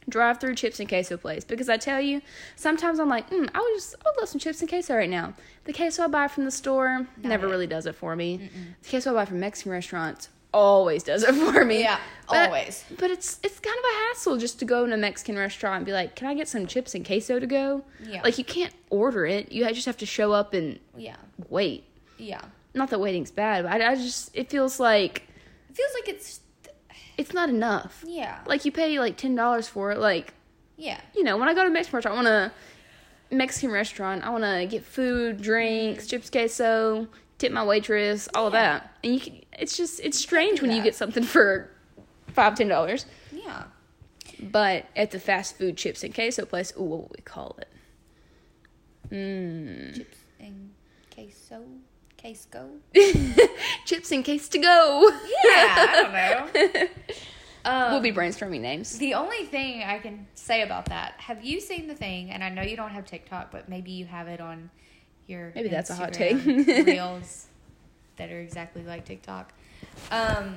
S2: Drive through chips and queso place because I tell you, sometimes I'm like, mm, I would just I would love some chips and queso right now. The queso I buy from the store never
S1: it.
S2: really does it for me. The queso I buy from Mexican restaurants always does it for me.
S1: Yeah,
S2: But-
S1: always.
S2: But it's it's kind of a hassle just to go in a Mexican restaurant and be like, can I get some chips and queso to go?
S1: Yeah.
S2: Like you can't order it. You just have to show up and
S1: Yeah,
S2: wait.
S1: yeah.
S2: Not that waiting's bad, but I, I just it feels like
S1: It feels like it's.
S2: it's not enough.
S1: Yeah.
S2: Like you pay like ten dollars for it. Like
S1: yeah.
S2: you know, when I go to a Mexican restaurant, I want to Mexican restaurant. I want to get food, drinks, chips, queso, tip my waitress, all of
S1: Mm-hmm. Yeah.
S2: that. And you can. It's just it's strange
S1: do
S2: when you
S1: that.
S2: get something for five ten dollars.
S1: Yeah.
S2: But at the fast food chips and queso place, ooh, what would we call it? Mm.
S1: Chips and queso. Queso.
S2: chips and case to go.
S1: I don't know. Um,
S2: we'll be brainstorming names.
S1: The only thing I can say about that, have you seen the thing? And I know you don't have TikTok, but maybe you have it on your
S2: Maybe that's a hot
S1: Instagram
S2: take.
S1: reels that are exactly like TikTok. Um,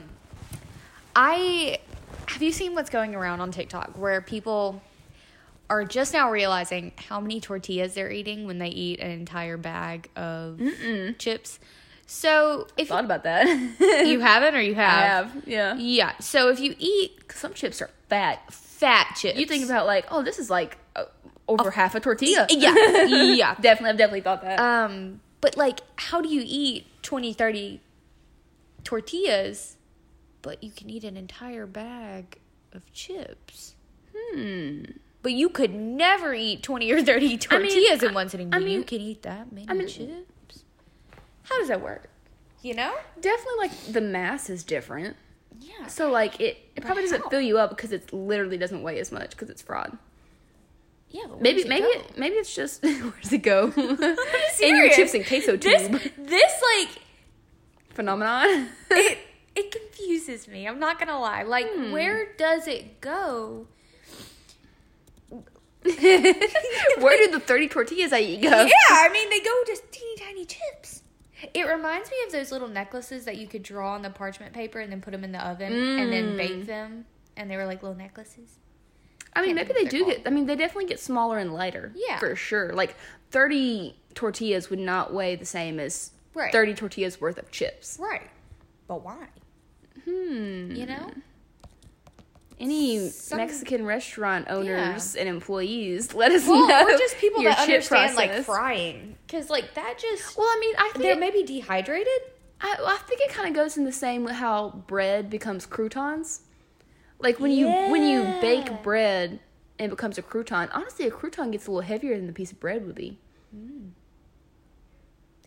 S1: I have you seen what's going around on TikTok where people are just now realizing how many tortillas they're eating when they eat an entire bag of chips. So if
S2: Thought about that.
S1: you haven't or you
S2: I
S1: have,
S2: have. Yeah.
S1: yeah. So if you eat
S2: Some chips are fat.
S1: fat chips,
S2: You think about like, oh, this is like uh, over half a tortilla.
S1: yeah, yeah.
S2: definitely, I've definitely thought that.
S1: Um, but like, how do you eat 20, 30 tortillas, but you can eat an entire bag of chips?
S2: hmm.
S1: But you could never eat 20 or 30
S2: I mean,
S1: tortillas in one sitting.
S2: I
S1: but you
S2: mean-
S1: can eat that many
S2: mean-
S1: chips. How does that work? You know?
S2: Definitely, like the mass is different.
S1: Yeah.
S2: So like it, it probably
S1: how?
S2: doesn't fill you up because it literally doesn't weigh as much because it's fraud.
S1: Yeah, but where
S2: Maybe
S1: does it
S2: maybe
S1: go?
S2: it, maybe it's just where does it go? In your
S1: serious.
S2: chips and queso
S1: this
S2: tube
S1: this like
S2: phenomenon.
S1: it it confuses me. I'm not gonna lie. Like, where does it go?
S2: Where did the thirty tortillas I eat go?
S1: Yeah, I mean they go to teeny tiny chips. It reminds me of those little necklaces that you could draw on the parchment paper and then put them in the oven and then bake them, and they were like little necklaces.
S2: I
S1: Can't
S2: mean, maybe
S1: think
S2: they
S1: what
S2: do
S1: they're
S2: get. I mean, they definitely get smaller and lighter.
S1: Yeah.
S2: for sure. Like thirty tortillas would not weigh the same as
S1: Right.
S2: thirty tortillas worth of chips.
S1: Right, but why?
S2: Hmm.
S1: You know?
S2: Any
S1: Some-
S2: Mexican restaurant owners and employees, let us
S1: Well,
S2: know.
S1: or just people
S2: your
S1: that
S2: chip
S1: understand like
S2: process.
S1: frying, because like that just
S2: Well, I mean, I
S1: they're
S2: think it,
S1: maybe dehydrated.
S2: I, I think it kind of goes in the same with how bread becomes croutons. Like when you when you
S1: Yeah.
S2: bake bread and it becomes a crouton. Honestly, a crouton gets a little heavier than the piece of bread would be.
S1: Hmm.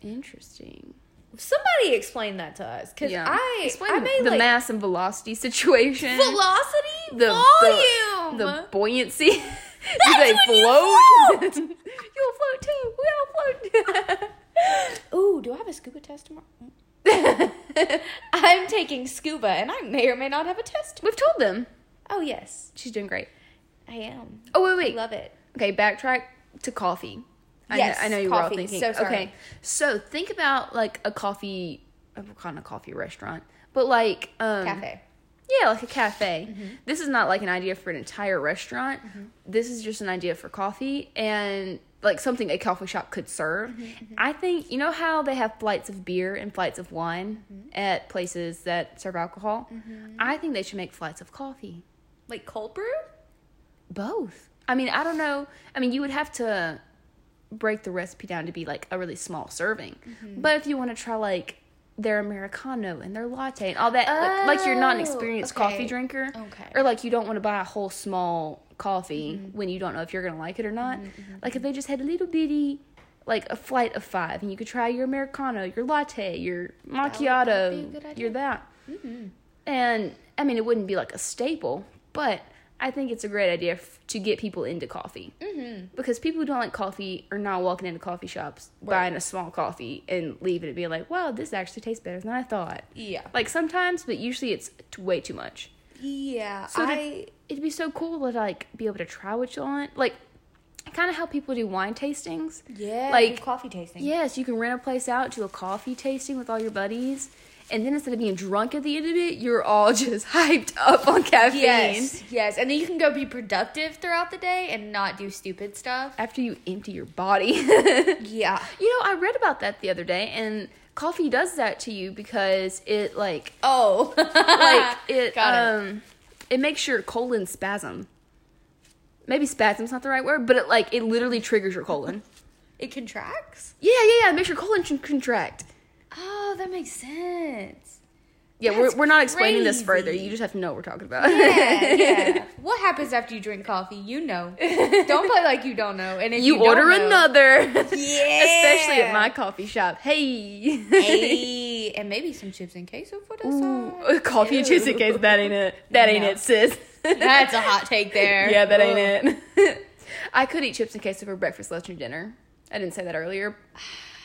S2: Interesting.
S1: Somebody explain that to us, because I
S2: Explain
S1: I
S2: the-
S1: made
S2: the
S1: like
S2: mass and velocity situation.
S1: velocity,
S2: the
S1: volume.
S2: the, the buoyancy. Do
S1: That's
S2: they
S1: when you
S2: float? You will float too. We all float.
S1: Ooh, do I have a scuba test tomorrow? I'm taking scuba, and I may or may not have a test.
S2: We've told them
S1: Oh yes,
S2: she's doing great.
S1: I am.
S2: Oh wait, wait.
S1: Love it.
S2: Okay, backtrack to coffee. I
S1: Yes,
S2: know, I know you were all
S1: coffee.
S2: thinking.
S1: So sorry.
S2: Okay, so think about like a coffee, I'm calling it a coffee restaurant, but like um,
S1: Cafe. Mm-hmm.
S2: Yeah, like a cafe. This is not like an idea for an entire restaurant. This is just an idea for coffee, and like something a coffee shop could serve.
S1: Mm-hmm,
S2: I think you know how they have flights of beer and flights of wine
S1: Mm-hmm.
S2: at places that serve alcohol. I think they should make flights of coffee.
S1: Like cold brew?
S2: Both. I mean, I don't know. I mean, you would have to break the recipe down to be like a really small serving.
S1: Mm-hmm.
S2: But if you want to try like their americano and their latte and all that, like, like you're not an
S1: Oh,
S2: experienced
S1: okay.
S2: coffee drinker,
S1: Okay.
S2: or like you don't want to buy a whole small coffee
S1: Mm-hmm.
S2: when you don't know if you're gonna like it or not. Like if they just had a little bitty. Like a flight of five, and you could try your americano, your latte, your
S1: that'd be a good
S2: macchiato,
S1: idea. Mm-hmm.
S2: your that. And I mean, it wouldn't be like a staple, but I think it's a great idea f- to get people into coffee. Mm-hmm. Because people who don't like coffee are not walking into coffee shops, buying a small coffee, and leaving and being like, wow, this actually tastes better than I thought.
S1: Yeah.
S2: Like sometimes, but usually it's t- way too much.
S1: Yeah.
S2: So to-
S1: I
S2: it'd be so cool to like be able to try what you want. Like, kind of how people do wine tastings.
S1: yeah,
S2: Like,
S1: like coffee tasting.
S2: Yes, you can rent a place out, do a coffee tasting with all your buddies, and then instead of being drunk at the end of it, you're all just hyped up on caffeine.
S1: Yes, yes, and then you can go be productive throughout the day and not do stupid stuff.
S2: After you empty your body. you know,
S1: Yeah.
S2: I read about that the other day, and coffee does that to you because it like
S1: Oh,
S2: like it
S1: Got it.
S2: um it. makes your colon spasm. Maybe spasm's not the right word, but it like it literally triggers your colon.
S1: it contracts.
S2: yeah, yeah, yeah. It makes your colon tr- contract.
S1: Oh, that makes sense.
S2: Yeah,
S1: That's
S2: we're, we're not explaining this further.
S1: crazy.
S2: You just have to know what we're talking about.
S1: Yeah, yeah. what happens after you drink coffee? You know. Don't play like you don't know. And if you,
S2: you,
S1: don't
S2: order
S1: know-
S2: another.
S1: Yeah.
S2: Especially at my coffee shop. Hey.
S1: Hey, and maybe some chips and queso for dessert.
S2: Ooh, coffee and cheese in case that ain't it. That ain't
S1: No.
S2: it, sis.
S1: That's a hot take there.
S2: yeah, that ain't it. I could eat chips and queso for breakfast, lunch, and dinner. I didn't say that earlier.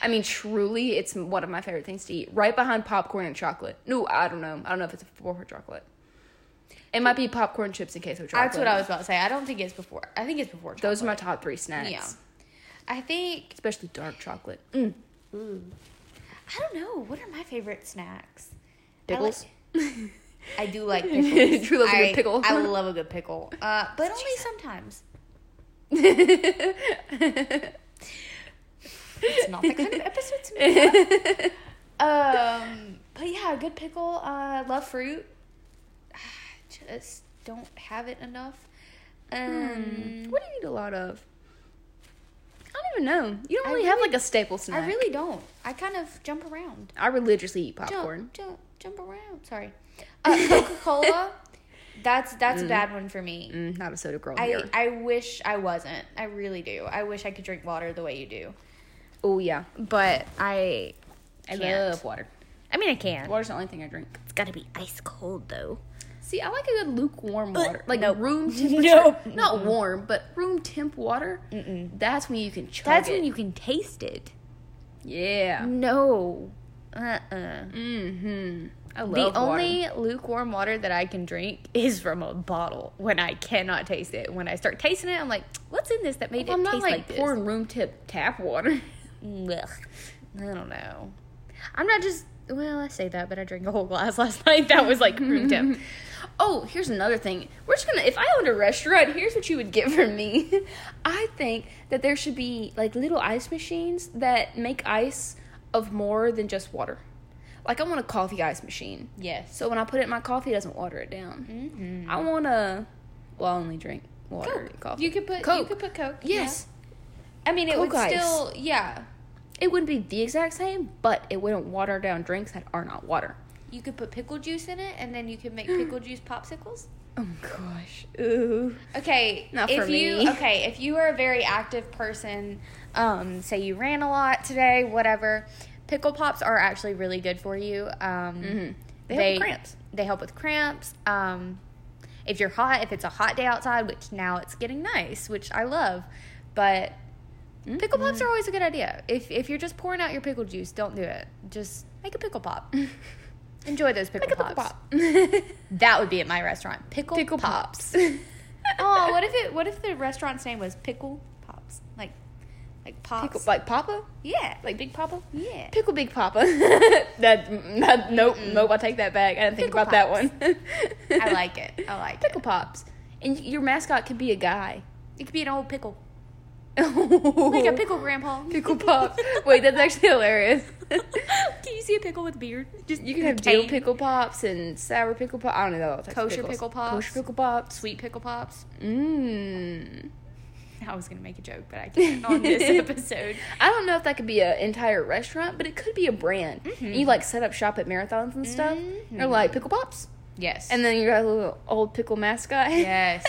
S2: I mean, truly, it's one of my favorite things to eat. Right behind popcorn and chocolate. No, I don't know. I don't know if it's before chocolate. It might be popcorn, chips, and queso chocolate.
S1: That's what I was about to say. I don't think it's before. I think it's before.
S2: Those are my top three snacks.
S1: Yeah. I think
S2: Especially dark chocolate. Mm.
S1: I don't know. What are my favorite snacks?
S2: Pickles.
S1: I, like, I do like pickles.
S2: Drew loves a
S1: I,
S2: good pickle.
S1: I love a good pickle, uh, but only sometimes. It's not that kind of episode to me.
S2: Mm,
S1: um, but yeah, a good pickle. Uh, love fruit. Just don't have it enough.
S3: Hmm.
S1: Um,
S2: What do you eat a lot of? I don't even know. You don't
S1: I
S2: really, have like a staple snack.
S1: I really don't. I kind of jump around.
S2: I religiously eat popcorn.
S1: Jump, jump, jump around. Sorry. Uh, Coca Cola. That's that's a bad one for me.
S2: Mm, not a soda girl
S1: I,
S2: here.
S1: I wish I wasn't. I really do. I wish I could drink water the way you do.
S2: Oh yeah,
S3: But I
S2: I
S3: Can't.
S2: love water.
S3: I mean I can.
S2: Water's the only thing I drink.
S3: It's got to be ice cold though.
S2: See, I like a good lukewarm water, like
S3: nope.
S2: room temperature.
S3: Nope.
S2: Not warm, but room temp water. Mm-mm. That's when you can chug
S3: That's
S2: it.
S3: when you can taste it.
S2: yeah.
S3: No. Uh-uh.
S2: Mm-hmm. I love
S3: The
S2: water.
S3: only lukewarm water that I can drink is from a bottle when I cannot taste it. When I start tasting it, I'm like, what's in this that made
S2: Well,
S3: it
S2: I'm not
S3: taste
S2: like,
S3: like, this?
S2: pouring room tip tap water.
S3: Ugh. I don't know. I'm not just well, I say that, but I drank a whole glass last night. That was like room temp.
S2: Oh, here's another thing. We're just gonna. If I owned a restaurant, here's what you would get from me. I think that there should be like little ice machines that make ice of more than just water. Like I want a coffee ice machine.
S1: Yes.
S2: So when I put it in my coffee, it doesn't water it down.
S3: Mm-hmm.
S2: I want to. Well, I only drink water and coffee.
S1: You could put you
S2: Coke.
S1: could put Coke.
S2: yes.
S1: yeah. I mean it
S2: Coke
S1: would
S2: ice.
S1: still yeah.
S2: It wouldn't be the exact same, but it wouldn't water down drinks that are not water.
S1: You could put pickle juice in it, and then you could make pickle juice popsicles.
S2: Oh my gosh. Ooh.
S1: Okay,
S2: Not
S1: if
S2: for
S1: you
S2: me.
S1: okay, if you are a very active person, um, say you ran a lot today, whatever, pickle pops are actually really good for you. Um,
S2: Mm-hmm. They help with cramps.
S1: They help with cramps. Um, if you're hot, if it's a hot day outside, which now it's getting nice, which I love, but
S2: Mm-hmm.
S1: pickle pops are always a good idea. If if you're just pouring out your pickle juice, don't do it. Just make a pickle pop. Enjoy those pickle
S2: Pickle
S1: pops.
S2: pop.
S1: That would be at my restaurant. Pickle,
S2: Pickle
S1: pops.
S2: pops.
S1: oh, what if it? What if the restaurant's name was Pickle Pops? Like, like pops.
S2: Pickle, like Papa.
S1: yeah, like
S2: Like Big Papa?
S1: yeah.
S2: Pickle Big Papa. that, that nope, nope, I take that back. I didn't think
S1: Pickle
S2: about that one.
S1: I like it. I like
S2: Pickle Pops. And y- your mascot could be a guy.
S1: it. It could be an old pickle. Like a pickle, Grandpa.
S2: pickle pop. Wait, that's actually hilarious.
S1: Can you see a pickle with beard? Just
S2: You can have dill
S1: Tame.
S2: pickle pops and sour pickle pop. I don't know all types
S1: Kosher
S2: of pickles.
S1: pickle pops.
S2: Kosher pickle pops.
S1: sweet pickle pops.
S2: Mmm.
S1: I was gonna make a joke, but I can't on this episode.
S2: I don't know if that could be an entire restaurant, but it could be a brand.
S1: Mm-hmm.
S2: And you like set up shop at marathons and stuff. Or like pickle pops,
S1: Yes.
S2: and then you got a little old pickle mascot.
S1: yes,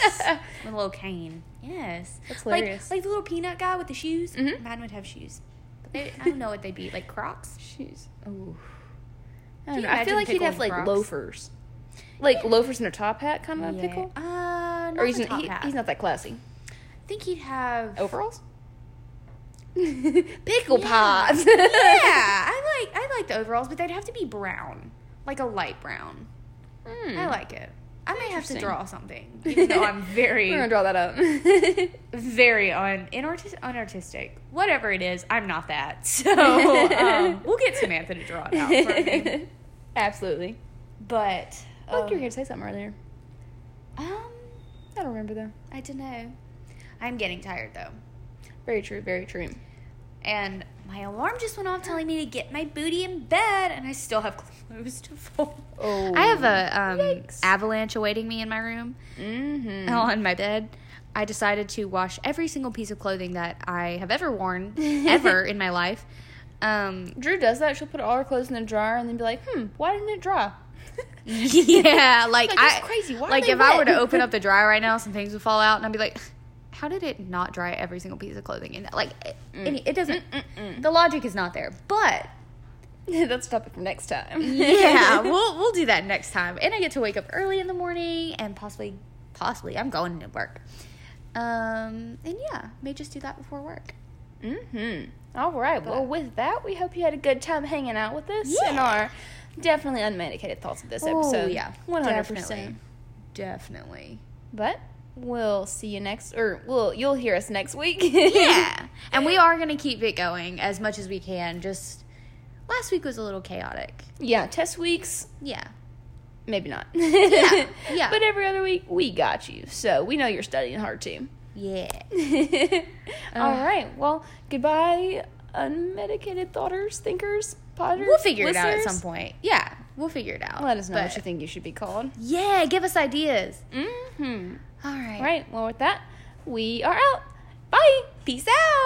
S1: with a little cane. Yes,
S2: That's
S1: Like-
S2: hilarious.
S1: Like, the little peanut guy with the shoes.
S2: Mhm.
S1: Mine would have shoes, but they, I don't know what they'd be like Crocs.
S2: She's. Oh. I don't
S1: you
S2: know. I feel
S1: imagine
S2: like he'd
S1: pickle
S2: have
S1: in
S2: like
S1: Crocs?
S2: loafers, like loafers in a top hat, kind of a
S1: Yeah.
S2: pickle.
S1: Uh, not
S2: Or he's,
S1: the
S2: n
S1: top
S2: he,
S1: hat.
S2: he's not that classy.
S1: I think he'd have.
S2: Overalls. pickle
S1: Yeah.
S2: pops.
S1: yeah, I like I like the overalls, but they'd have to be brown, like a light brown.
S2: Hmm.
S1: I like it. I may have to
S2: Interesting.
S1: draw something, even though I'm very,
S2: We're gonna draw that up.
S1: very un inartis- unartistic. Whatever it is, I'm not that. So um, we'll get Samantha to draw it out for me.
S2: Absolutely.
S1: But
S2: I like you were
S1: um,
S2: gonna say something earlier.
S1: um,
S2: I don't remember though.
S1: I don't know. I'm getting tired though,
S2: Very true. Very true.
S1: and my alarm just went off telling me to get my booty in bed, and I still have clothes to fold.
S2: Oh.
S3: I have a um,
S2: Yikes.
S3: avalanche awaiting me in my room
S2: Mm-hmm.
S3: on my bed. I decided to wash every single piece of clothing that I have ever worn ever in my life. Um,
S2: Drew does that. She'll put all her clothes in the dryer and then be like, "Hmm, why didn't it dry?"
S3: yeah, like,
S2: Like,
S3: I
S2: that's crazy. Why are
S3: like
S2: they
S3: if I were
S2: wet?
S3: to open up the dryer right now, some things would fall out, and I'd be like, "How did it not dry every single piece of clothing?" in that? like, it,
S1: Mm.
S3: it, it doesn't. The logic is not there, but
S2: That's a topic for next time.
S3: yeah, we'll we'll do that next time. And I get to wake up early in the morning and possibly possibly I'm going to work. Um and yeah, may just do that before work.
S2: Mm-hmm. All right. Well, with that, we hope you had a good time hanging out with us and
S3: Yeah.
S2: our definitely unmedicated thoughts of this
S3: Oh,
S2: episode.
S3: yeah.
S2: one hundred
S3: Definitely.
S2: percent.
S3: Definitely.
S2: But we'll see you next, or we'll you'll hear us next week.
S3: Yeah. and we are gonna keep it going as much as we can. Just last week was a little chaotic.
S2: yeah. Test weeks,
S3: Yeah.
S2: maybe not.
S3: Yeah, yeah.
S2: But every other week, we got you. So we know you're studying hard too. Uh,
S3: Yeah.
S2: All right. Well, goodbye, unmedicated thoughters, thinkers, potters.
S3: We'll figure it out at
S2: listeners.
S3: some point. Yeah, we'll figure it out.
S2: Let us know what
S3: But-
S2: you think you should be called.
S3: Yeah, give us ideas.
S2: Mm-hmm.
S3: All right.
S2: All right. Well, with that, we are out. Bye. Peace out.